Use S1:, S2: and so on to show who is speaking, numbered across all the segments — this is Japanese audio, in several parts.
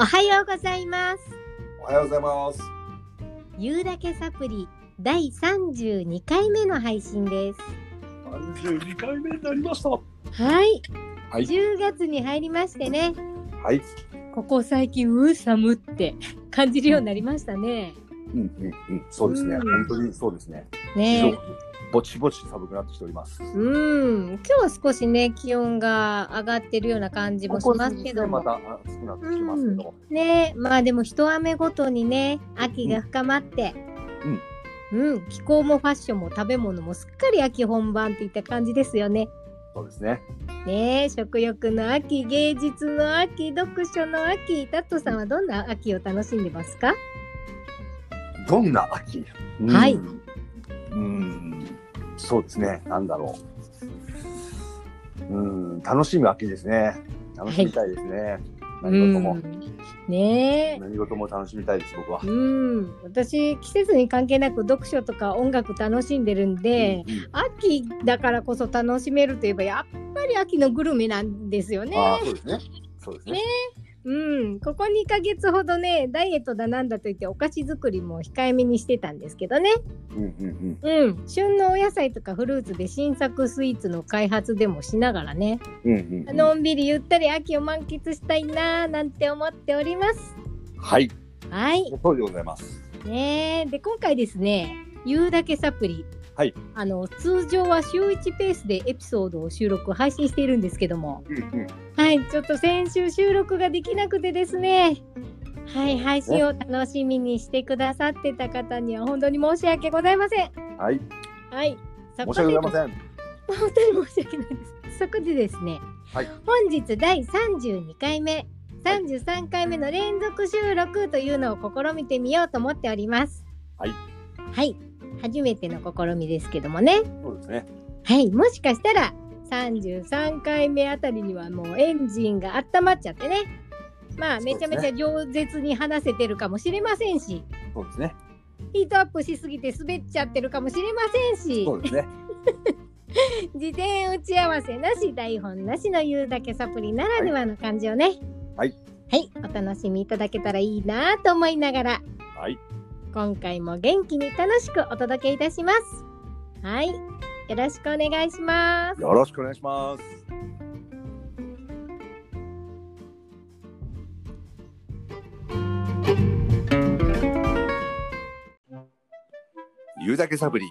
S1: おはようございます。
S2: おはようございます。
S1: ゆうだけサプリ第32回目の配信です。
S2: 三十二回目になりました。は
S1: はい。
S2: い
S1: 10月に入りましてね、
S2: い。
S1: ここ最近うー寒って感じるようになりましたね。
S2: うんうんうん。そうですね。
S1: うん
S2: 本当にそうですね。非常
S1: ね
S2: にぼちぼち寒くなってきております。
S1: え。うん。今日少しね、気温が上がってるような感じもしますけども
S2: こ。こ数日ねまた暑くなってきてますけど。
S1: ねえまあでも一雨ごとにね秋が深まってうん、気候もファッションも食べ物もすっかり秋本番っていった感じですよね
S2: そうですね。
S1: ねえ食欲の秋芸術の秋読書の秋タットさんはどんな秋を楽しんでますか
S2: どんな秋。うん
S1: はい
S2: うん。そうですね。なんだろう。うん。楽しむ秋ですね。楽しみたいですね。何事も、
S1: うんねえ
S2: 何事も楽しみたいです。僕は。
S1: うん私季節に関係なく読書とか音楽楽しんでるんで、
S2: うんうん
S1: 秋だからこそ楽しめるといえばやっぱり秋のグルメなんですよね。
S2: ああ、そうですね。そうですね。
S1: うん、ここ2ヶ月ほどねダイエットだなんだと言ってお菓子作りも控えめにしてたんですけどね、
S2: うんうんうん。
S1: うん、旬のお野菜とかフルーツで新作スイーツの開発でもしながらね
S2: うんうんうん。
S1: のんびりゆったり秋を満喫したいなーなんて思っております。
S2: はい。
S1: はい、
S2: そうでございます。
S1: ねー、で今回ですね「言うだけサプリ」
S2: はい
S1: あの通常は週1ペースでエピソードを収録配信しているんですけども
S2: うんうん。
S1: はい、ちょっと先週収録ができなくてですね。はい、配信を楽しみにしてくださってた方には本当に申し訳ございません。
S2: はい。
S1: はい、そ
S2: 申
S1: こ
S2: し
S1: で
S2: 訳ご
S1: 本
S2: ざいません。
S1: 当に申し訳ないです。そこでですね、
S2: はい
S1: 本日第32回目、33回目の連続収録というのを試みてみようと思っております。
S2: はい。
S1: はい、初めての試みですけどもね。
S2: そうですね。
S1: はい、もしかしたら33回目あたりにはもうエンジンが温まっちゃってね。まあ、
S2: そうで
S1: め
S2: す
S1: ちゃ
S2: ね
S1: めちゃ饒舌に話せてるかもしれませんし、
S2: そうですね。
S1: ヒートアップしすぎて滑っちゃってるかもしれませんし、
S2: そう ですね。
S1: 事前打ち合わせなし、台本なしの言うだけサプリならではの感じをね。
S2: はい。
S1: はい、お楽しみいただけたらいいなと思いながら、
S2: はい。
S1: 今回も元気に楽しくお届けいたします。はい、よろしくお願いします。
S2: よろしくお願いします。ゆうだけサブリ。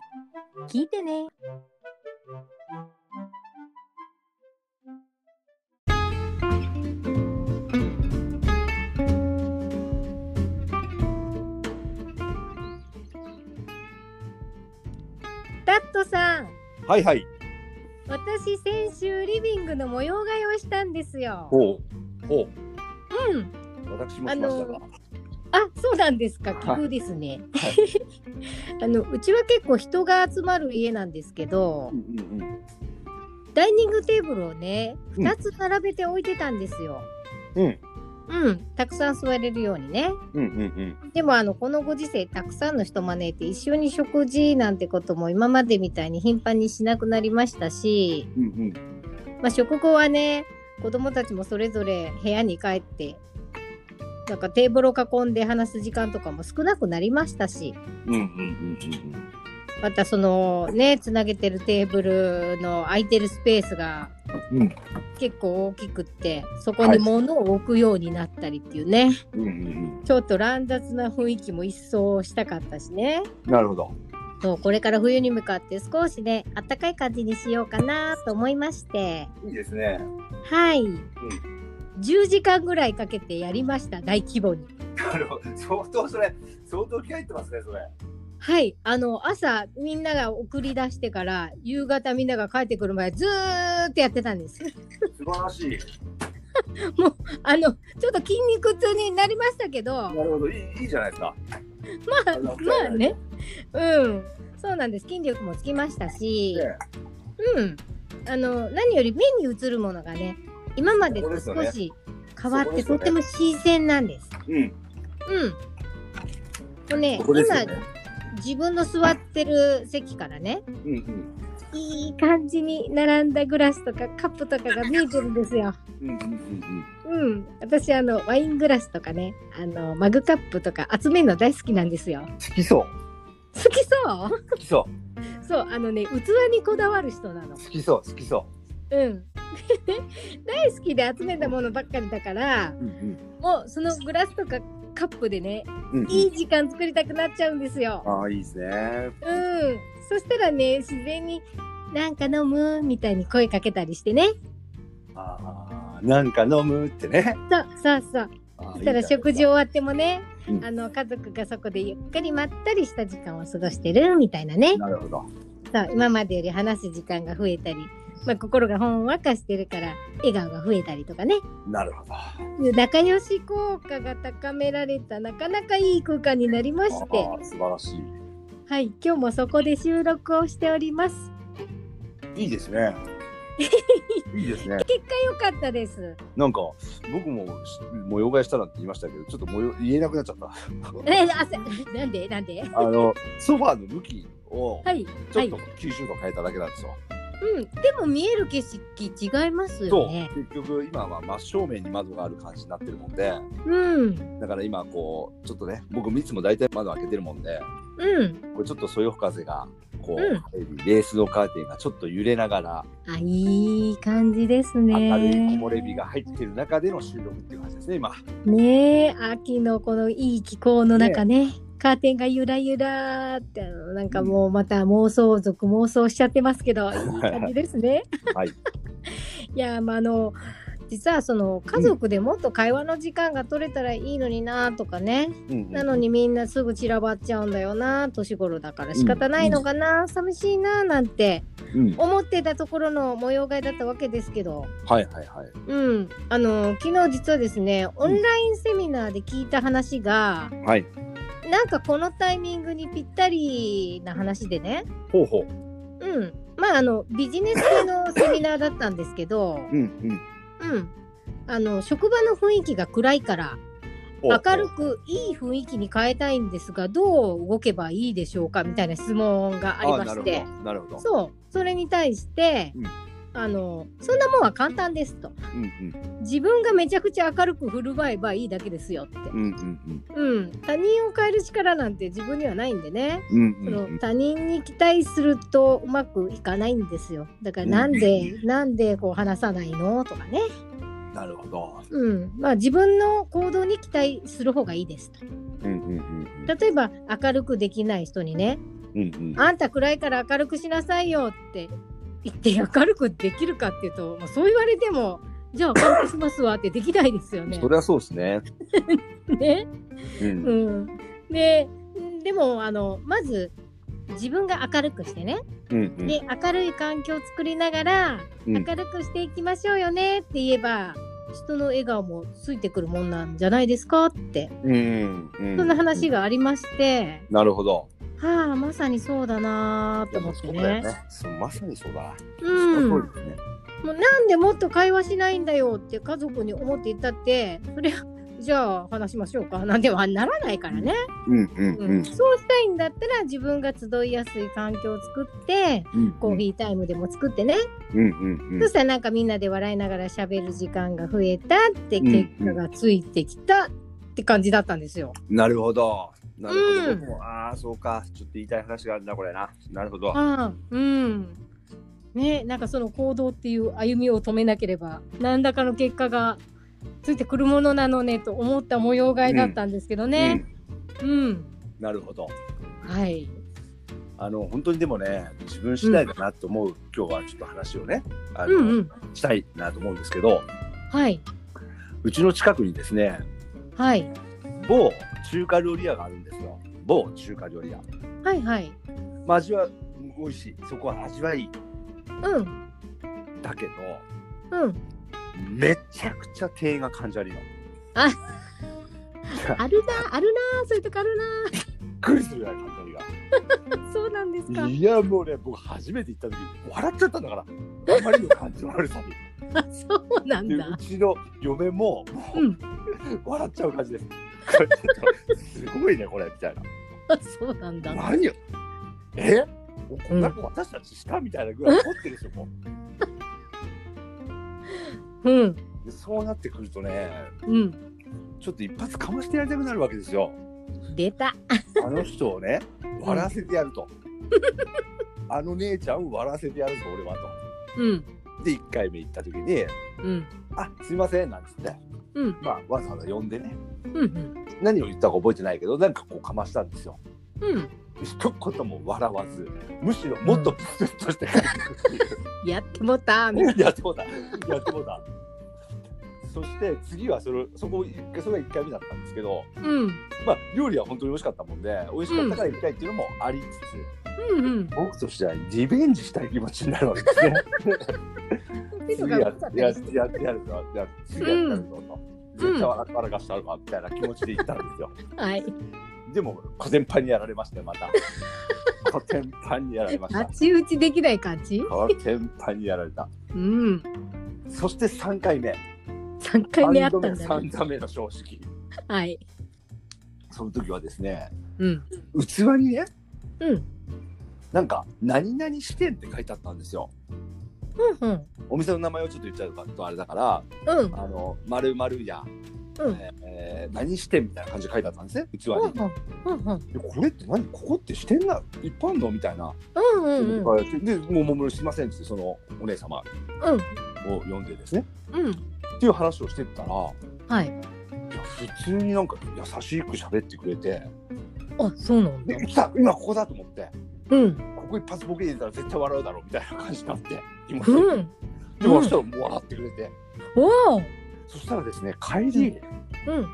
S1: 聞いてね。タットさん、
S2: はいはい。
S1: 私先週リビングの模様替えをしたんですよ。
S2: ほう。ほ
S1: うん、
S2: う。私もしましたが。
S1: あ、そうなんですか。奇
S2: はい
S1: 遇ですね。
S2: は
S1: あのうちは結構人が集まる家なんですけど、
S2: うんうんうん。
S1: ダイニングテーブルをね、
S2: うん
S1: 2つ並べて置いてたんですよ。
S2: うん。
S1: うん、たくさん座れるようにね。
S2: うんうん
S1: でもあのこのご時世たくさんの人招いて一緒に食事なんてことも今までみたいに頻繁にしなくなりましたし、
S2: うん。うんうん。
S1: まあ、食後はね子供たちもそれぞれ部屋に帰ってなんかテーブルを囲んで話す時間とかも少なくなりましたし
S2: うんうんうんうん
S1: またそのねつなげてるテーブルの空いてるスペースが
S2: うん。
S1: 結構大きくってそこに物を置くようになったりっていうね、
S2: うんうんうん。
S1: ちょっと乱雑な雰囲気も一掃したかったしね
S2: なるほど。
S1: そうこれから冬に向かって少しねあったかい感じにしようかなと思いまして
S2: いいですね。
S1: はい、10時間ぐらいかけてやりました大規模に
S2: なるほど。相当それ。相当気合入ってますね。それ。
S1: はいあの朝みんなが送り出してから夕方みんなが帰ってくる前ずーっとやってたんです
S2: 素晴らしい。
S1: あのちょっと筋肉痛になりましたけど
S2: なるほど、いい、いいじゃないですか。
S1: まあ
S2: な
S1: ま
S2: んか
S1: あねうんそうなんです筋力もつきましたし、
S2: ね
S1: うんあの何より目に映るものがね今までと
S2: そ
S1: 少
S2: こです
S1: し変わっ
S2: そこ
S1: て
S2: です
S1: と
S2: よね
S1: ても新鮮なんです。
S2: うん、
S1: うん。もうね
S2: ここですよ
S1: 今
S2: ね。
S1: 自分の座ってる席からね
S2: うん、うん、
S1: いい感じに並んだグラスとかカップとかが見えてるんですよ。
S2: うんうんうん
S1: うん、私あのワイングラスとかねあのマグカップとか集めるの大好きなんですよ。
S2: 好きそう
S1: 好きそう
S2: 好きそ
S1: そうあのね器にこだわる人なの
S2: う。好きそう好きそ
S1: うん。 大好きで集めたものばっかりだから
S2: う。うん
S1: もうそのグラスとかカップでね
S2: うんうん
S1: いい時間作りたくなっちゃうんですよ。
S2: ああいいですね。
S1: うん、そしたらね自然に「なんか飲む?」みたいに声かけたりしてね
S2: ああなんか飲むってね。
S1: そうそうそう
S2: ああ
S1: そしたら食事終
S2: を。
S1: わってもね
S2: うん
S1: あの家族がそこでゆっくりまったりした時間を過ごしてるみたいなね
S2: なるほど。
S1: そう今までより話す時間が増えたり、まあ、心がほんわかしてるから笑顔が増えたりとかね
S2: なるほど。
S1: 仲良し効果が高められたなかなかいい空間になりまして
S2: ああ素晴らしい。
S1: はい今日もそこで収録をしております
S2: いいですね。いいですね。
S1: 結果良かったです
S2: なんか僕もし模様替えしたらって言いましたけど、ちょっと模様言えなくなっちゃった。
S1: えあせなんでなんで
S2: あのソファーの向きを
S1: はい
S2: ち
S1: は
S2: ょっ
S1: い
S2: と90度変えただけなんですよ。
S1: うん、でも見える景色違います
S2: そ
S1: よ
S2: う
S1: ね。
S2: 結局今は真正面に窓がある感じになってるもんで、
S1: うん、
S2: だから今こうちょっとね、僕いつも大体窓開けてるもんで、
S1: うん、
S2: これちょっとそよ風がこう、
S1: うん
S2: 入りレースのカーテンがちょっと揺れながら
S1: あ、いい感じですね。
S2: 明るい木漏れ日が入ってる中での収録っていう感じですね。今
S1: ねえ、秋のこのいい気候の中ね。カーテンがゆらゆらってあのなんかもうまた妄想族妄想しちゃってますけどいい感じですね。
S2: はい
S1: いやまああの実はその家族でもっと会話の時間が取れたらいいのになとかね、
S2: うんうんうん
S1: なのにみんなすぐ散らばっちゃうんだよな年頃だから仕方ないのかな、寂しいななんて
S2: うん
S1: 思ってたところの模様替えだったわけですけど
S2: はいはいはい。
S1: うんあの昨日実はですねオンラインセミナーで聞いた話が、
S2: はい。
S1: なんかこのタイミングにぴったりな話でね
S2: ほうほう。
S1: うんまああのビジネス系のセミナーだったんですけど
S2: うんうん。
S1: うんあの職場の雰囲気が暗いから
S2: ほうほう
S1: 明るくいい雰囲気に変えたいんですがどう動けばいいでしょうかみたいな質問がありまして
S2: あなるほど。なるほど。
S1: そうそれに対して、
S2: うん
S1: あのそんなもんは簡単ですと
S2: うんうん
S1: 自分がめちゃくちゃ明るく振る舞えばいいだけですよって、
S2: うんうん
S1: うん、他人を変える力なんて自分にはないんでね
S2: うんう
S1: そ
S2: んうん
S1: の
S2: うん。
S1: 他人に期待するとうまくいかないんですよだからなんで、 なんでこう話さないのとかね、
S2: なるほど。
S1: うんまあ、自分の行動に期待する方がいいですと。
S2: うんうんうん
S1: 例えば明るくできない人にね
S2: うんう
S1: 「
S2: ん
S1: あんた暗いから明るくしなさいよ」って言って明るくできるかっていうともうそう言われても「じゃあ明るくしますわ」ってできないですよ
S2: うん。
S1: ね
S2: そ。れはそうですね。
S1: ね
S2: うん
S1: う。ん、ででもあのまず自分が明るくしてね
S2: うんうん
S1: で明るい環境を作りながら
S2: うん
S1: 明るくしていきましょうよねって言えば人の笑顔もついてくるもんなんじゃないですかって
S2: うんうん。
S1: そんな話がありまして。
S2: なるほど。
S1: はあまさにそうだなーと思って
S2: そう
S1: ね
S2: だよね。そうまさにそうだ。
S1: うん
S2: そ
S1: も
S2: りゃそうですね。
S1: うなんでもっと会話しないんだよって家族に思って言ったってそれはじゃあ話しましょうかなんではならないからね、
S2: うんうん
S1: う
S2: うんん。
S1: そうしたいんだったら自分が集いやすい環境を作って
S2: うん
S1: コーヒータイムでも作ってね、
S2: うんうんうん
S1: そ。したらなんかみんなで笑いながら喋る時間が増えたって結果がついてきたって感じだったんですよ。
S2: なるほど。なるほど。
S1: うん
S2: 僕もああ、そうか。ちょっと言いたい話があるな、これな。なるほど。
S1: ああうんねなんかその行動っていう歩みを止めなければ何らかの結果がついてくるものなのねと思った模様替えだったんですけどね。うん、
S2: うんなるほど。
S1: はい
S2: あの、本当にでもね、自分次第だなと思う、今日はちょっと話をね、あ
S1: うんう
S2: の、
S1: ん
S2: したいなと思うんですけど、
S1: はいう
S2: ちの近くにですね、
S1: はい
S2: 某中華料理屋があるんですよ。某中華料理屋。
S1: はいはい
S2: まあ、味は美味しい。そこは味はいい。
S1: うん
S2: だけど、
S1: うん
S2: めちゃくちゃ店員が感じ悪いの。び
S1: あるなあるなそういうとこある
S2: っくりするぐらい感じ悪いが。
S1: なそうなんですか
S2: いやもうね僕初めて行った時笑っちゃったんだからあまりの感じの悪さに。
S1: あ そうなん
S2: でう
S1: だ
S2: ちの嫁ももう、
S1: うん
S2: 笑っちゃう感じです。これちょっとすごいねこれみたいな。
S1: あそうなんだ
S2: 何よえもうこんなの私たちしたみたいなぐらい思ってるでしょ、も
S1: うん
S2: うでそうなってくるとね
S1: うん
S2: ちょっと一発かましてやりたくなるわけですよ
S1: 出た
S2: あの人をね笑わせてや ると、あの姉ちゃんを笑わせてやるぞ俺は
S1: うん
S2: とで1回目行った時に
S1: うん
S2: 「あすいません」なんつって、
S1: うん
S2: まあ、わざわざ呼んでね
S1: うん
S2: 何を言ったか覚えてないけどなんかこうかましたんですよ
S1: うん
S2: 一言も笑わずむしろもっとプスッとして帰ってくるっていう
S1: やってもったみたい
S2: やってもうた。やってもうた。そして次はそれそこ一回それが1回目だったんですけど、
S1: なうん
S2: まあ、料理は本当に美味しかったもんで美味しかったから行きたいっていうのもありつつ、
S1: うんうん
S2: 僕としてはリベンジしたい気持ちになるわけですね。次ややややってやるぞや次やってやるぞと、絶対笑笑かしたるわみたいな気持ちで行ったんですよ。
S1: はい
S2: でもコテンパンにやられました よまた。コテンパンにやられまし
S1: 太
S2: た。
S1: 刀打ちできない感じ
S2: コテンパンにやられた。
S1: うん
S2: そして3回目。
S1: 三回目あったんだ
S2: 三度目
S1: ね
S2: 三度目の正直。
S1: はい
S2: その時はですね、
S1: うん
S2: 器にね、
S1: うん
S2: なんか、何々支店って書いてあったんですよ。
S1: うんうん
S2: お店の名前をちょっと言っちゃうとあれだから、
S1: うん
S2: あの、丸々や、
S1: うん
S2: えー何支店みたいな感じで書いてあったんですね、器
S1: うん
S2: に。でこれって何ここって支店な一般のみたいな。
S1: うんうんうんうん
S2: で、もう、もうもうすいませんって、そのお姉様を呼んでですね、
S1: うんうん
S2: っていう話をしてったら、い
S1: はい
S2: や普通になんか優しく喋ってくれて、
S1: あそうなんだ
S2: で、来た今ここだと思って。
S1: うん
S2: ここ一発ボケ入れたら絶対笑うだろうみたいな感じになって今
S1: う
S2: でも
S1: ん
S2: そしたらもう笑ってくれて、
S1: おお
S2: そしたらですね帰り、
S1: ううん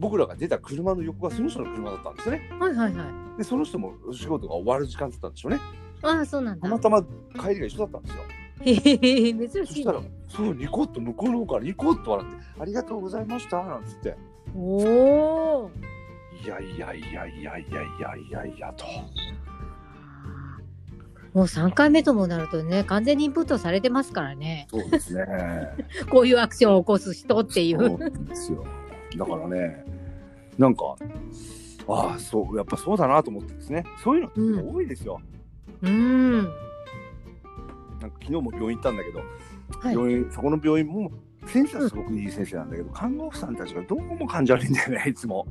S2: 僕らが出た車の横がその人の車だったんですよね
S1: はいはいはい
S2: でその人もお仕事が終わる時間だったんでしょうね
S1: ああそうなん
S2: た
S1: だ
S2: またま帰りが一緒だったんですよ
S1: へへへ 珍
S2: そ
S1: し
S2: し
S1: い
S2: た
S1: ね
S2: らそうニコッと向こうの方からニコッと笑って「ありがとうございました」なんつって
S1: おお
S2: 「いやいやいやいやいやいやいやいや」と
S1: もう3回目ともなるとね完全にインプットされてますからね
S2: そうですね
S1: こういうアクションを起こす人って い
S2: そう
S1: う
S2: なんですよだからねなんかああそうやっぱそうだなと思ってですねそういうのって多いですよ、
S1: うん
S2: なんか昨日も病院行ったんだけど、
S1: はい
S2: 病院そこの病院も先生はすごくいい先生なんだけど、看護婦さんたちがどうも感じ悪いんだよねいつも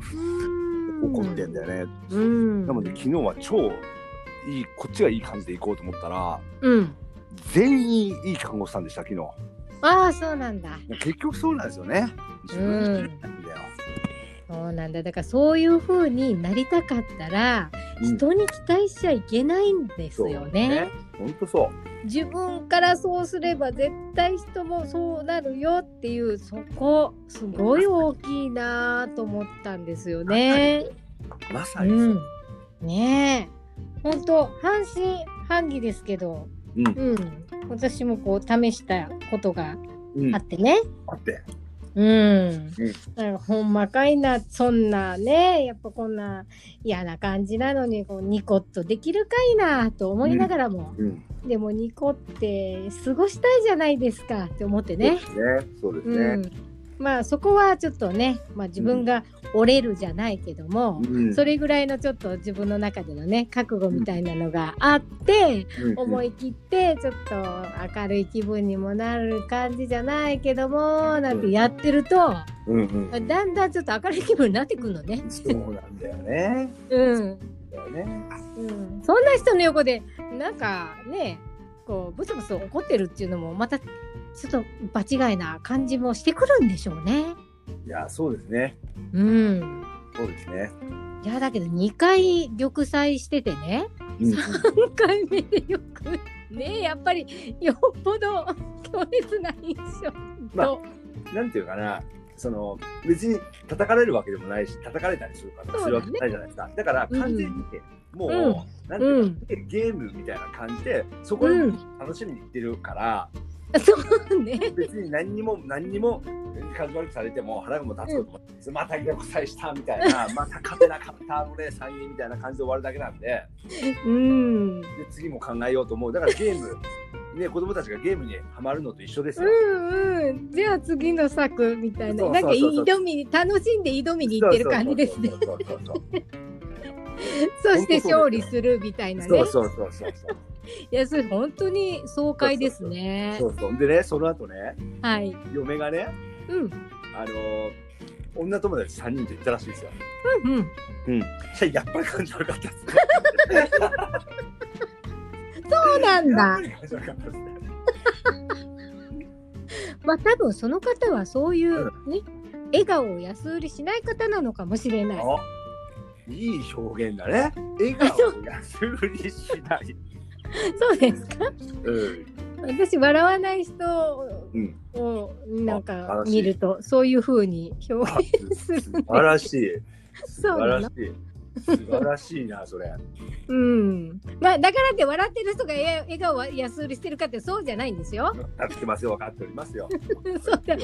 S2: 怒ってんだよね、
S1: うん
S2: なので昨日は超いいこっちがいい感じで行こうと思ったら
S1: うん
S2: 全員いい看護婦さんでした昨日
S1: ああそうなんだ
S2: 結局そうなんですよね自分でなんだよ、
S1: そうなんだだからそういう風になりたかったら
S2: うん
S1: 人に期待しちゃいけないんですよね。
S2: ほんとそう
S1: 自分からそうすれば絶対人もそうなるよっていうそこすごい大きいなと思ったんですよね。
S2: まさ
S1: う
S2: にそう、
S1: ん、ねえ本当半信半疑ですけど、
S2: うん
S1: うん、私もこう試したことが
S2: うん
S1: あってね。
S2: あって
S1: うん、だからほんまかいなそんなねやっぱこんな嫌な感じなのにこうニコッとできるかいなと思いながらも、
S2: うん
S1: でもニコって過ごしたいじゃないですかって思ってね。
S2: そうですねそうです
S1: う
S2: ね
S1: ん、まあそこはちょっとね、まあ、自分が折れるじゃないけども、
S2: うん
S1: それぐらいのちょっと自分の中でのね覚悟みたいなのがあって。
S2: うん
S1: 思い切ってちょっと明るい気分にもなる感じじゃないけどもなんてやってると
S2: うんうんうん
S1: だんだんちょっと明るい気分になってくるのね。
S2: そうなんだよね
S1: うん
S2: だよね
S1: うん、そんな人の横でなんかねこうブツブツ怒ってるっていうのもまたちょっと場違いな感じもしてくるんでしょうね。
S2: いやそうですね
S1: うん
S2: そうですね
S1: いやだけど2回玉砕しててね
S2: うん
S1: 1回目でよくねやっぱりよっぽど強烈な印象
S2: まあ
S1: と
S2: なんていうかなその別に叩かれるわけでもないし叩かれたりするからするわけないじゃないですかだから完全にもう、なんていうか、ゲームみたいな感じでそこで楽しみに行ってるから、
S1: そうね。
S2: 別に何にも何にも感じ悪くされても腹がも立つこともないです、また逆再したみ たいなまた勝てなかったあのね3位みたいな感じで終わるだけなんでで
S1: うん。うん
S2: 次も考えようと思うだからゲームね子供たちがゲームにはまるのと一緒ですよ、
S1: うん。じゃあ次の作みたいな。
S2: そう
S1: なんか
S2: そうそうそう
S1: 挑みに楽しんで挑みに行ってる感じですね。
S2: そうそうそうそう。
S1: そして勝利するみたいな
S2: そ
S1: ね
S2: う。そうそうそうそう。
S1: いや、それ本当に爽快ですね
S2: そ。うそうでねその後ね
S1: はい。
S2: 嫁がね
S1: うん。
S2: あのー女友達3人と行ったらしいんですよ。
S1: うんうん。
S2: うん。そしたらやっぱり感じ悪かったっす。
S1: そうなん
S2: やっ
S1: だ
S2: ぱ。り感じ悪かったっすね
S1: まあ多分その方はそういうね、笑顔を安売りしない方なのかもしれない。
S2: あいい表現だね。笑顔を安売りしない。
S1: そうですか。
S2: うん。
S1: 私笑わない人
S2: うん
S1: をなん
S2: あ
S1: か
S2: 悲しい
S1: 見るとそういう風に表
S2: あ
S1: 現する
S2: 素。晴らしい。素
S1: そう
S2: 晴
S1: な
S2: ら
S1: の
S2: しい。素晴らしいな、それ。
S1: うん。まあだからって笑ってる人がえ笑顔は安売りしてるかってそうじゃないんですよ。
S2: 分かってますよ、分かっておりますよ。
S1: そうだ。なんか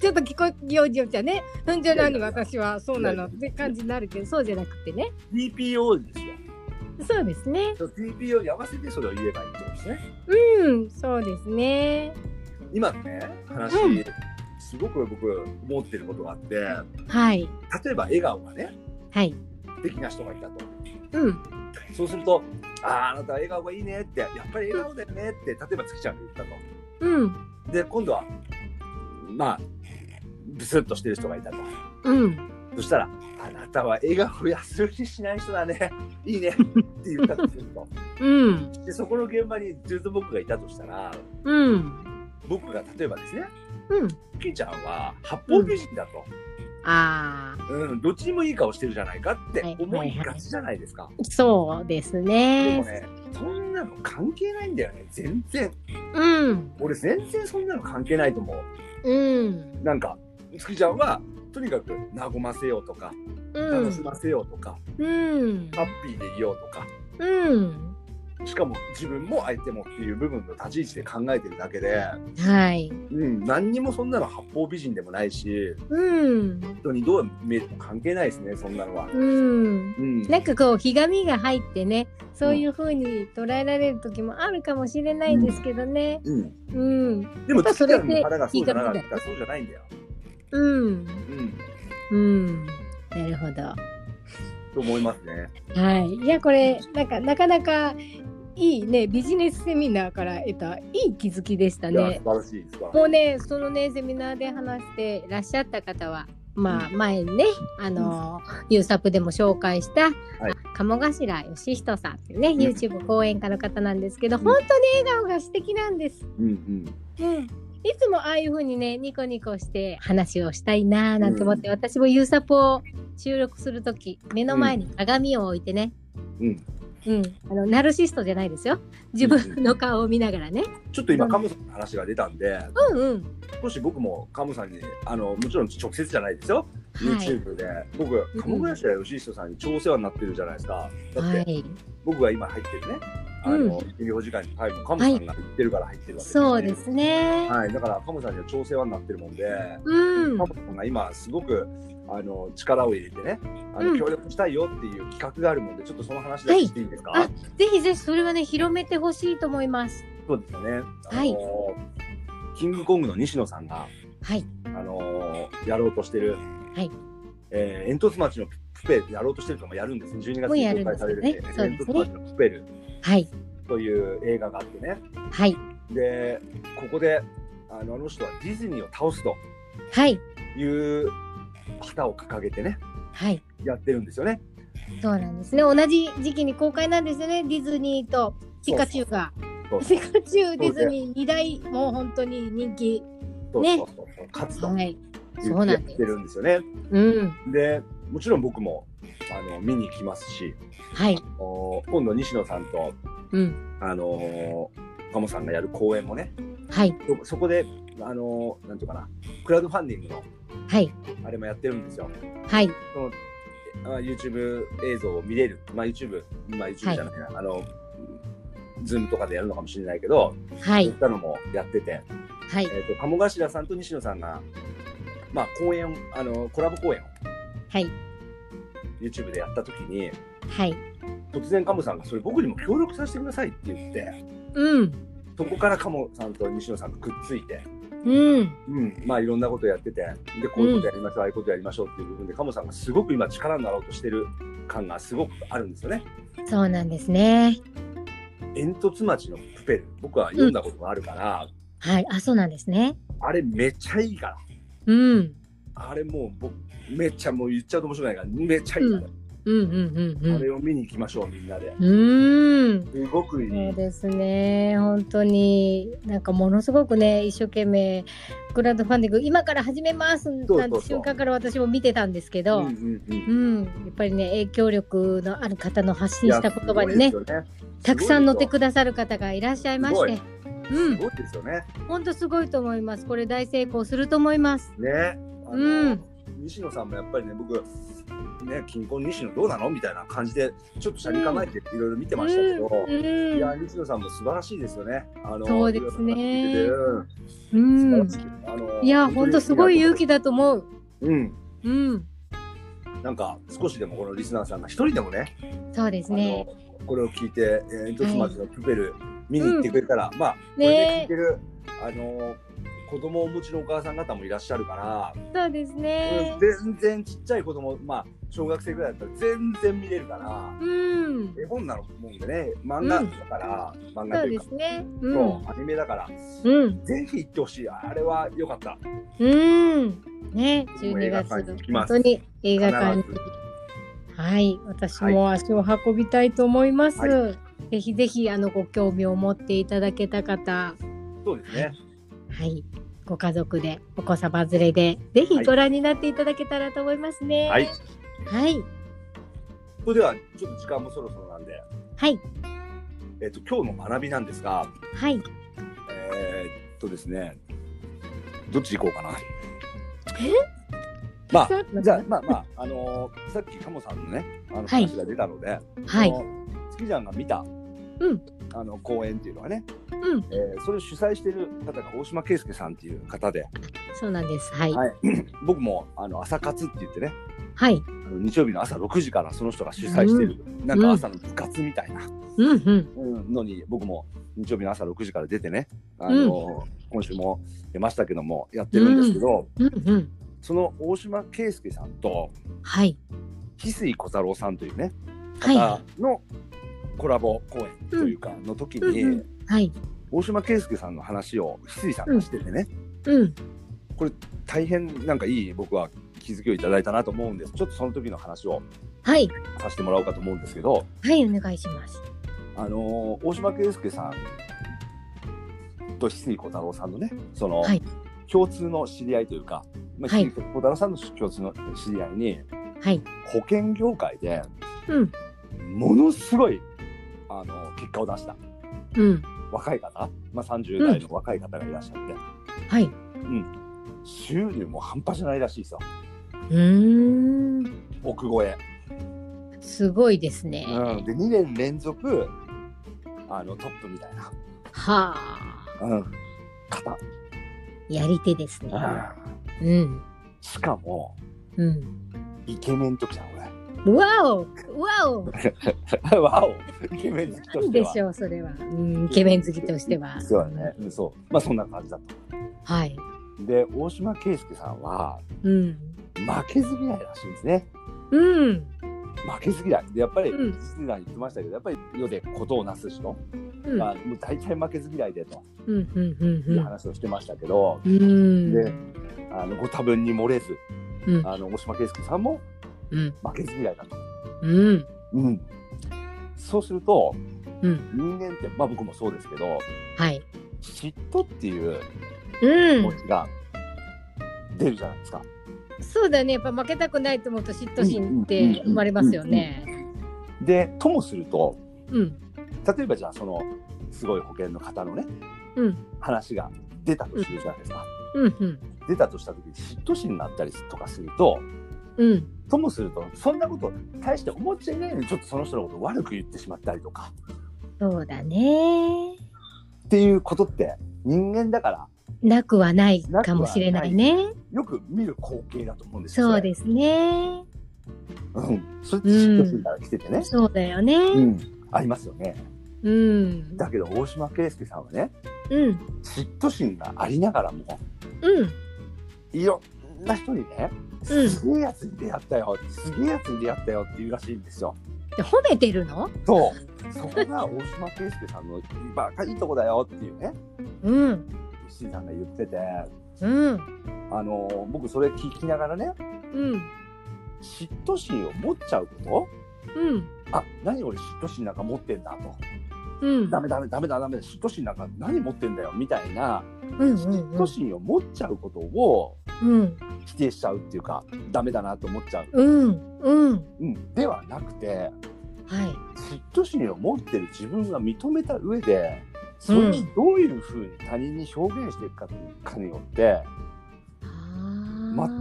S1: ちょっと聞こえようによっちゃね。うんじゃ何私はそうなのって感じになるけどそうじゃなくてね。
S2: TPO ですよ。
S1: そうですね。
S2: その TPO に合わせてそれを言えばいいってことですね。
S1: うん。そうですね。
S2: 今のね、話、
S1: うん
S2: すごく僕、思ってることがあって、
S1: はい
S2: 例えば笑顔がね、
S1: はい。
S2: 素敵な人がいたと。
S1: うん。
S2: そうすると、ああ、あなたは笑顔がいいねって、やっぱり笑顔だよねって、例えば月ちゃんが言ったと。
S1: うん。
S2: で、今度は、まあ、ブスッとしてる人がいたと。
S1: うん。
S2: そしたら、あなたは笑顔を安売りしない人だね。いいねって言ったとすると。
S1: うん。
S2: で、そこの現場にずっと僕がいたとしたら、
S1: うん。
S2: 僕が例えばですね、
S1: うん。
S2: キちゃんは八方美人だと、
S1: ああ、
S2: うんどっちにもいい顔してるじゃないかって思いがちじゃないですか。
S1: そうです
S2: で
S1: ね
S2: も。ね、そんなの関係ないんだよね、全然。
S1: うん。
S2: 俺、全然そんなの関係ないと思う。
S1: うん。
S2: なんか、月ちゃんは、とにかく和ませようとか、
S1: う
S2: 楽し
S1: ん。
S2: ませようとか、
S1: うん。
S2: ハッピーでいようとか、
S1: うん。
S2: しかも自分も相手もっていう部分の立ち位置で考えてるだけで、
S1: はい。
S2: うん、何にもそんなの八方美人でもないし、
S1: うん。
S2: 人にどう見えても関係ないですね、そんなのは。
S1: うん。
S2: うん、
S1: なんかこう、ひがみが入ってね、そういう風に捉えられる時もあるかもしれないですけどね。
S2: うん
S1: うん。
S2: で
S1: や
S2: も、
S1: っぱ
S2: そ
S1: そ
S2: れ
S1: れ
S2: で
S1: で
S2: 腹がそうじゃなかったらそうじゃないんだよ。
S1: うん。
S2: うん。
S1: うん。なるほど。
S2: と思いますね。
S1: はい、いやこれなんかなかなかいいねビジネスセミナーから得たいい気づきでした
S2: いや、素
S1: ね。
S2: 晴らしい、素晴らしい。
S1: もうねそのねセミナーで話していらっしゃった方はまあ前にねあのーユーサップでも紹介した、
S2: はい
S1: 鴨頭義人さんっていうね
S2: ん
S1: YouTube 講演家の方なんですけど、
S2: ん
S1: 本当に笑顔が素敵なんです。
S2: うんうん。
S1: うんいつもああいう風にねニコニコして話をしたいなーなんて思って、私もユーサポを収録する時目の前に鏡を置いてね、
S2: うん
S1: うん、あのナルシストじゃないですよ自分の顔を見ながらね
S2: ちょっと今、カムさんの話が出たんで、
S1: うんうん
S2: 少し僕もカムさんに、あの、もちろん直接じゃないですよ。
S1: はい
S2: YouTube で。僕、鴨頭義人さんに超お世話になってるじゃないですか。だっ
S1: は
S2: て、
S1: い
S2: 僕が今入ってるね、あ
S1: うん
S2: の、医療時間に入るの、カムさんが行ってるから入ってるわけね
S1: そうで。すね、
S2: はい。だから、カムさんには超お世話になってるもんで、
S1: うん
S2: カムさんが今すごくあの力を入れてねあ
S1: う
S2: の
S1: ん
S2: 協力したいよっていう企画があるもんで、ちょっとその話だけしていいですか、
S1: はいあぜひぜひそれはね広めてほしいと思います
S2: そうですよね、あの
S1: はい
S2: キングコングの西野さんが、
S1: はい
S2: あのやろうとしてる、
S1: はい
S2: えー煙突町のプペルやろうとしてるともやるんですね12月
S1: もう
S2: に
S1: やる
S2: 公
S1: んで
S2: 開
S1: す
S2: さ
S1: よ
S2: れるん
S1: ね
S2: で
S1: そう
S2: 煙
S1: ですね
S2: 突町のプペル
S1: はい
S2: という映画があってね
S1: はい
S2: でここであのあの人はディズニーを倒すと
S1: はい
S2: いう旗を掲げてね
S1: はい
S2: やってるんですよね。
S1: そうなんですね同じ時期に公開なんですよねディズニーとピカチュウが
S2: そう
S1: ピカチュウディズニー2大もう本当に人気
S2: そう
S1: ね
S2: そうそうそう勝つと
S1: はい
S2: 言
S1: そう
S2: って
S1: な
S2: やっ
S1: んです
S2: てるんですよね。
S1: うん
S2: でもちろん僕もあの見に行きますし
S1: はい
S2: お今度西野さんと、
S1: うん
S2: あのー、鴨さんがやる公演もね
S1: はい
S2: そそこで、あのーなんていうかなクラウドファンディングの
S1: はい
S2: あれもやってるんですよ。
S1: はい
S2: あ YouTube 映像を見れる、まあ、YouTube, まあ、YouTube じゃないな、あの Zoom とかでやるのかもしれないけど、
S1: は
S2: そうい
S1: い
S2: ったのもやってて、
S1: はい
S2: えー、と鴨頭さんと西野さんが、まあ、公演をあのコラボ公演を
S1: はい
S2: YouTube でやった時に
S1: はい
S2: 突然カモさんがそれ僕にも協力させてくださいって言って
S1: うん
S2: そこからカモさんと西野さんがくっついて
S1: うん。
S2: うん、まあいろんなことやってて、で、こういうことやりましょう、ああいうことやりましょうっていう部分で、カモさんがすごく今力になろうとしてる感がすごくあるんですよね。
S1: そうなんですね。
S2: 煙突町のプペル、僕は読んだことがあるから、
S1: はい。あ、そうなんですね。
S2: あれめっちゃいいから。
S1: うん。
S2: あれもう僕、めっちゃもう言っちゃうと面白くないから、めっちゃいいから、
S1: うんうんうん
S2: あれを見に行きましょう、みんなで。
S1: うん。うん。
S2: すごくいい。
S1: そうですね本当になんかものすごくね一生懸命クラウドファンディング今から始めます
S2: そう
S1: なんて瞬間から私も見てたんですけど
S2: うんうんうん
S1: うん、やっぱりね影響力のある方の発
S2: い
S1: 信
S2: や
S1: した言葉にね
S2: すごいですよ
S1: たくさん乗ってくださる方がいらっしゃいまして
S2: す
S1: う
S2: す
S1: ん
S2: ごいですよね。
S1: 本当すごいと思いますこれ大成功すると思います
S2: ね。あの
S1: うん
S2: 西野さんもやっぱりね、僕、ね、近婚西野どうなのみたいな感じで、ちょっと車に構えていろいろ見てましたけど、
S1: うん
S2: いや、西野さんも素晴らしいですよね。あの
S1: そうですね
S2: いろ
S1: う
S2: い
S1: ん
S2: ろ
S1: う
S2: 聞い
S1: ん
S2: ててうんあの
S1: いや本当すごい勇気だと思う
S2: うん。
S1: うん
S2: なんか、少しでもこのリスナーさんが一人でもね、
S1: そうですね
S2: あのこれを聞いて、えー、ドツマズのプペル見に行ってくれたら、まあ、これで聞いてる、あの子供をお持ちのお母さん方もいらっしゃるから、
S1: そうですね
S2: 全然ちっちゃい子供まあ小学生ぐらいだったら全然見れるから
S1: うん
S2: 絵本なのもんでね漫画
S1: うん
S2: だから、漫画
S1: そ
S2: と
S1: う
S2: い
S1: で
S2: うか
S1: すね
S2: そう
S1: うん
S2: アニメだから
S1: うん
S2: ぜひ行ってほしいあれは良かった
S1: うん。ね、
S2: もう
S1: 12
S2: 映画
S1: 月
S2: 館に行きま
S1: 本
S2: す
S1: 当に映画館に
S2: 必ず。
S1: はい、私も足を運びたいと思います。
S2: は
S1: ぜひぜひあのご興味を持っていただけた方、
S2: そうですね
S1: はい、ご家族でお子様連れでぜひ
S2: はい
S1: ご覧になっていただけたらと思いますね。
S2: はい
S1: はい、
S2: それではちょっと時間もそろそろなんで
S1: はい、
S2: えっと今日の学びなんですが
S1: はい。
S2: えーっとですねどっち行こうかなまあじゃあまあまああのーさっきカモさんのねあの
S1: はい
S2: 話が出たので、
S1: はい
S2: そ、の月ちゃんが見た、
S1: うん
S2: あの公演っていうのはね
S1: うん、
S2: えーそれを主催している方が大島圭介さんっていう方で、
S1: そうなんです。はい、
S2: はい僕もあの朝活って言ってね、
S1: はい、
S2: あの日曜日の朝6時からその人が主催している、なんか朝の部活みたいな
S1: うんうん、
S2: うんのに、僕も日曜日の朝6時から出てね、あの今週も出ましたけども、やってるんですけど、
S1: うんうん、
S2: その大島圭介さんと、
S1: はい、
S2: 翡翠小太郎さんというね、
S1: はい
S2: 方のコラボ公演というか、の時に、
S1: うんうはい、
S2: 大島圭介さんの話を翡翠さんがしててね、
S1: うん、
S2: 大変なんかいい僕は気づきをいただいたなと思うんですちょっとその時の話を
S1: はい、
S2: させてもらおうかと思うんですけど、
S1: はい、お願いします。
S2: あのー大島圭介さんと翡翠小太郎さんのねその、
S1: はい
S2: 共通の知り合いというか、まあ、
S1: はい
S2: 翡翠小太郎さんの共通の知り合いに
S1: はい、
S2: 保険業界で
S1: うん、
S2: ものすごいあの結果を出した
S1: うん、
S2: 若い方、まあ、30代の若い方がいらっしゃって、
S1: はい。
S2: 収入も半端じゃないらしいですよ
S1: うーん、
S2: 億超え。
S1: すごいですね。
S2: うん、で2年連続あのトップみたいな、
S1: はあ、
S2: うん、方、
S1: やり手ですね。うん、
S2: しかも
S1: うん。
S2: イケメンときたのね
S1: わお、わお、
S2: わおイケメン好きと
S1: いい
S2: して
S1: で
S2: は
S1: しょう、それは。うん、イケメン好きとしては。
S2: そうだね、うん、そうまあそんな感じだっ
S1: はい。
S2: たで大島圭介さんは
S1: うん、
S2: 負けず嫌いらしいんですね
S1: うん、
S2: 負けず嫌いでやっぱり
S1: うん
S2: 実に言ってましたけどやっぱり世で事をなす人
S1: うん、
S2: が、もう大体負けず嫌いでと
S1: うん、うん、
S2: い
S1: う
S2: う話をしてましたけど、
S1: ん、うん、
S2: であのご多分に漏れず
S1: うん、
S2: あの大島圭介さんも
S1: うん、
S2: 負けず嫌いだと。
S1: うん、
S2: うん、そうすると
S1: うん、
S2: 人間って、まあ、僕もそうですけど
S1: はい。
S2: 嫉妬っていう
S1: う
S2: 気
S1: ん
S2: 持、ちが出るじゃないですか。
S1: そうだね、やっぱ負けたくないと思うと嫉妬心って生まれますよね。
S2: でともすると
S1: うん、
S2: 例えばじゃあそのすごい保険の方のね
S1: うん、
S2: 話が出たとするじゃないですか。
S1: うん、うん、
S2: 出たとした時に嫉妬心になったりとかすると
S1: うん、
S2: ともするとそんなこと大して思っちゃいないのにちょっとその人のことを悪く言ってしまったりとか
S1: そうだね。
S2: っていうことって人間だから
S1: なくはないかもしれないね。
S2: よく見る光景だと思うんですよ
S1: そう
S2: れ
S1: ですね。
S2: うん、それって嫉妬心から来ててね、
S1: そうだよね。
S2: うん、ありますよね
S1: うん。
S2: だけど大島圭介さんはね
S1: うん。
S2: 嫉妬心がありながらも
S1: うん
S2: いろんな人にね、
S1: うん
S2: すげえやつに出会ったよ、すげえやつに出会ったよっていうらしいんですよ。
S1: で褒めてるの
S2: そう、そこが大島圭介さんの、まあ、いいとこだよっていうね、
S1: うん
S2: 石井さんが言ってて、
S1: うん
S2: あの僕それ聞きながらね、
S1: うん
S2: 嫉妬心を持っちゃうこ
S1: うん
S2: と、あ、何俺嫉妬心なんか持ってんだと、
S1: うん
S2: ダメダメダメだダメだ、嫉妬心なんか何持ってんだよみたいな、
S1: うんうん
S2: 嫉妬心を持っちゃうことを
S1: うん
S2: 否定しちゃうっていうか、ダメだなと思っちゃう。
S1: うんうん
S2: うん、ではなくて。
S1: はい
S2: 嫉妬心を持ってる自分が認めた上でそれをどういうふうに他人に表現していくかというかによって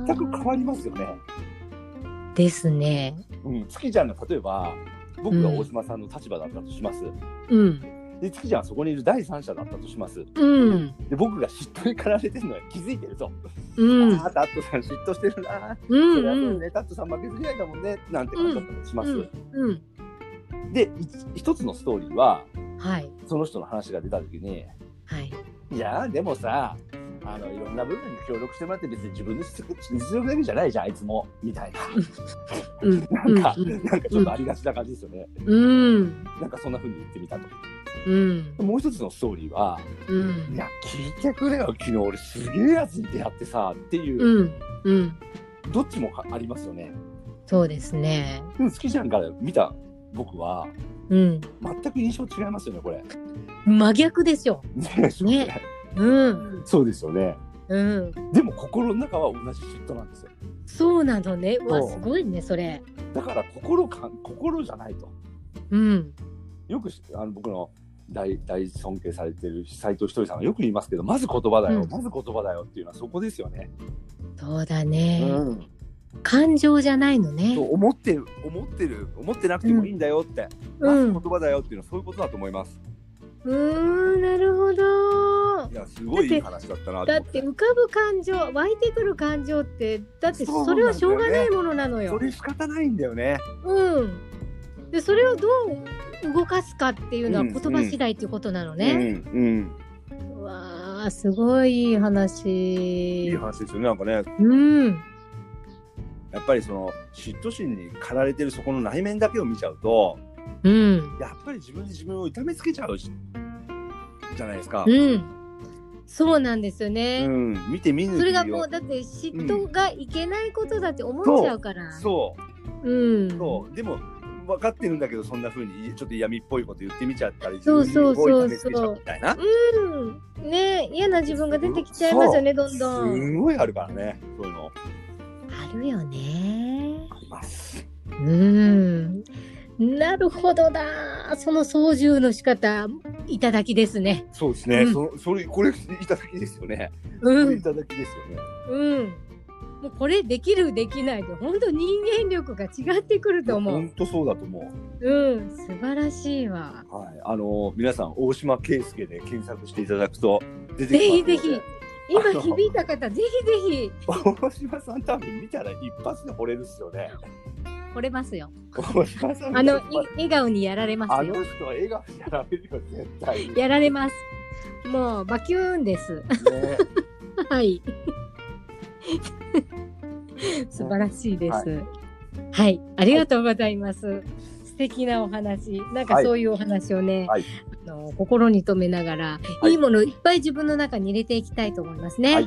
S2: 全く変わりますよね。
S1: ですね
S2: うん、月ちゃんが例えば僕が大島さんの立場だったとします。
S1: うん
S2: で月ちゃんはそこにいる第三者だったとします。
S1: うん
S2: で僕が嫉妬に駆られてるのは気づいてるぞ。
S1: うん
S2: ああタットさん嫉妬してるな。
S1: う
S2: そ
S1: ん
S2: れはそううんねタットさん負けず嫌いだもんねなんて感じだったとします。
S1: うん
S2: でい一つのストーリーは
S1: はい
S2: その人の話が出た時に
S1: はい
S2: いやでもさあのいろんな部分に協力してもらって別に自分の実力実力だけじゃないじゃんあいつも みたいな
S1: うん
S2: なんか、なんかちょっとありがちな感じですよね、
S1: うん
S2: なんかそんな風に言ってみたと
S1: うん
S2: もう一つのストーリーは
S1: う
S2: 「い
S1: ん
S2: や聞いてくれよ昨日俺すげえやつに出会ってさ」っていう、
S1: うんうん
S2: どっちもかありますよね
S1: そうですね
S2: でも好きじゃんから見た僕は
S1: うん
S2: 全く印象違いますよねこ れ
S1: 真逆ですよ
S2: ね
S1: ねうん
S2: そうですよね
S1: うん
S2: でも心の中は同じ嫉妬なんですよ
S1: そうなのねうわ
S2: そう
S1: すごいねそれ
S2: だから心か心じゃないと
S1: うん
S2: よくしあの僕の大大尊敬されてる斎藤ひとりさんがよく言いますけどまず言葉だよ、
S1: うん
S2: まず言葉だよっていうのはそこですよね。
S1: そうだね、
S2: うん、
S1: 感情じゃないの
S2: と
S1: ね
S2: 思ってる思ってる思ってなくてもいいんだよって、まず
S1: うん
S2: 言葉だよっていうのはそういうことだと思います。
S1: うーんなるほど
S2: いやすごいいい話だったなと
S1: だ
S2: 思
S1: っ
S2: ってて。
S1: 浮かぶ感情湧いてくる感情ってだって
S2: そうなんだよね
S1: それはしょうがないものなの
S2: そ
S1: よ
S2: れ仕方ないんだよね。
S1: うんでそれをどう動かすかっていうのは
S2: うん
S1: 言葉次第っていうことなのね、
S2: うんうん。
S1: うわあすごいいい
S2: い
S1: 話
S2: い話ですよね。なんかね、
S1: うん
S2: やっぱりその嫉妬心に駆られてるそこの内面だけを見ちゃうと、
S1: うん
S2: やっぱり自分で自分を痛めつけちゃうしじゃないですか。
S1: うんそうなんですよね、
S2: うん、見て見ぬ
S1: そ
S2: ふ
S1: れ
S2: りを
S1: がもうだって嫉妬がいけないことだって思っちゃうから。
S2: そう。
S1: うん。
S2: そうでも分かってるんだけどそんな風にちょっと嫌味っぽいこと言ってみちゃったり
S1: そうそうそうそう
S2: 自分に動いたりしてみちゃったみたいな
S1: うん。ね嫌な自分が出てきちゃいますよね、どんどん。
S2: すごいあるからねそういうの
S1: あるよね。
S2: あります
S1: うん。なるほどだ。その操縦の仕方、いただきですね。
S2: そうですね、
S1: うん
S2: そそれこれいただきですよね、
S1: う
S2: これい
S1: ん。
S2: ただきですよね
S1: うん。もうこれできるできないで本当人間力が違ってくると思う
S2: 本。当そうだと思う
S1: うん、素晴らしいわ。
S2: はいあの皆さん大島圭介で検索していただくと出て
S1: ぜひ
S2: きますので
S1: ぜひ今響いた方ぜひぜひ
S2: 大島さん多分見たら一発で惚れるっすよね
S1: 惚れますよ。
S2: 大島さん
S1: あ の、い
S2: 一発
S1: 笑顔にやられま
S2: あ
S1: す
S2: の
S1: よ。
S2: 人は笑顔にやられるよ絶対に
S1: やられます。もう、バキューンです。
S2: ね
S1: はい。 素晴らしいです。は、
S2: はい
S1: ありがとうございます。素敵なお話、なんか
S2: はい
S1: そういうお話をね、
S2: はい
S1: あの心に留めながら、、
S2: はいい
S1: いものをいっぱい自分の中に入れていきたいと思いますね。は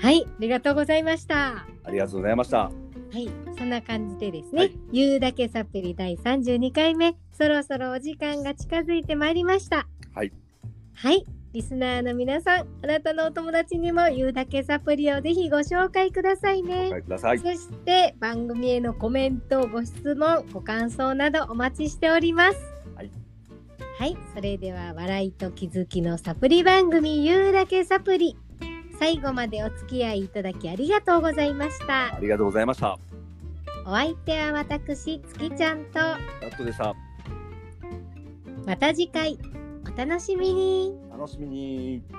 S2: はいい、
S1: ありがとうございました。
S2: ありがとうございました
S1: はい、そんな感じでですね、
S2: はい
S1: 言うだけサプリ第32回目、そろそろお時間が近づいてまいりました。
S2: はい。
S1: はい、リスナーの皆さん、あなたのお友達にも言うだけサプリをぜひご紹介ください
S2: お
S1: ね。
S2: 答えください
S1: そして番組へのコメント、ご質問、ご感想などお待ちしております。
S2: はい。
S1: はい、それでは笑いと気づきのサプリ番組言うだけサプリ。最後までお付き合いいただきありがとうございました。
S2: ありがとうございました。
S1: お相手は私月ちゃんと
S2: ラットでした。
S1: また次回お楽しみに
S2: 楽しみに。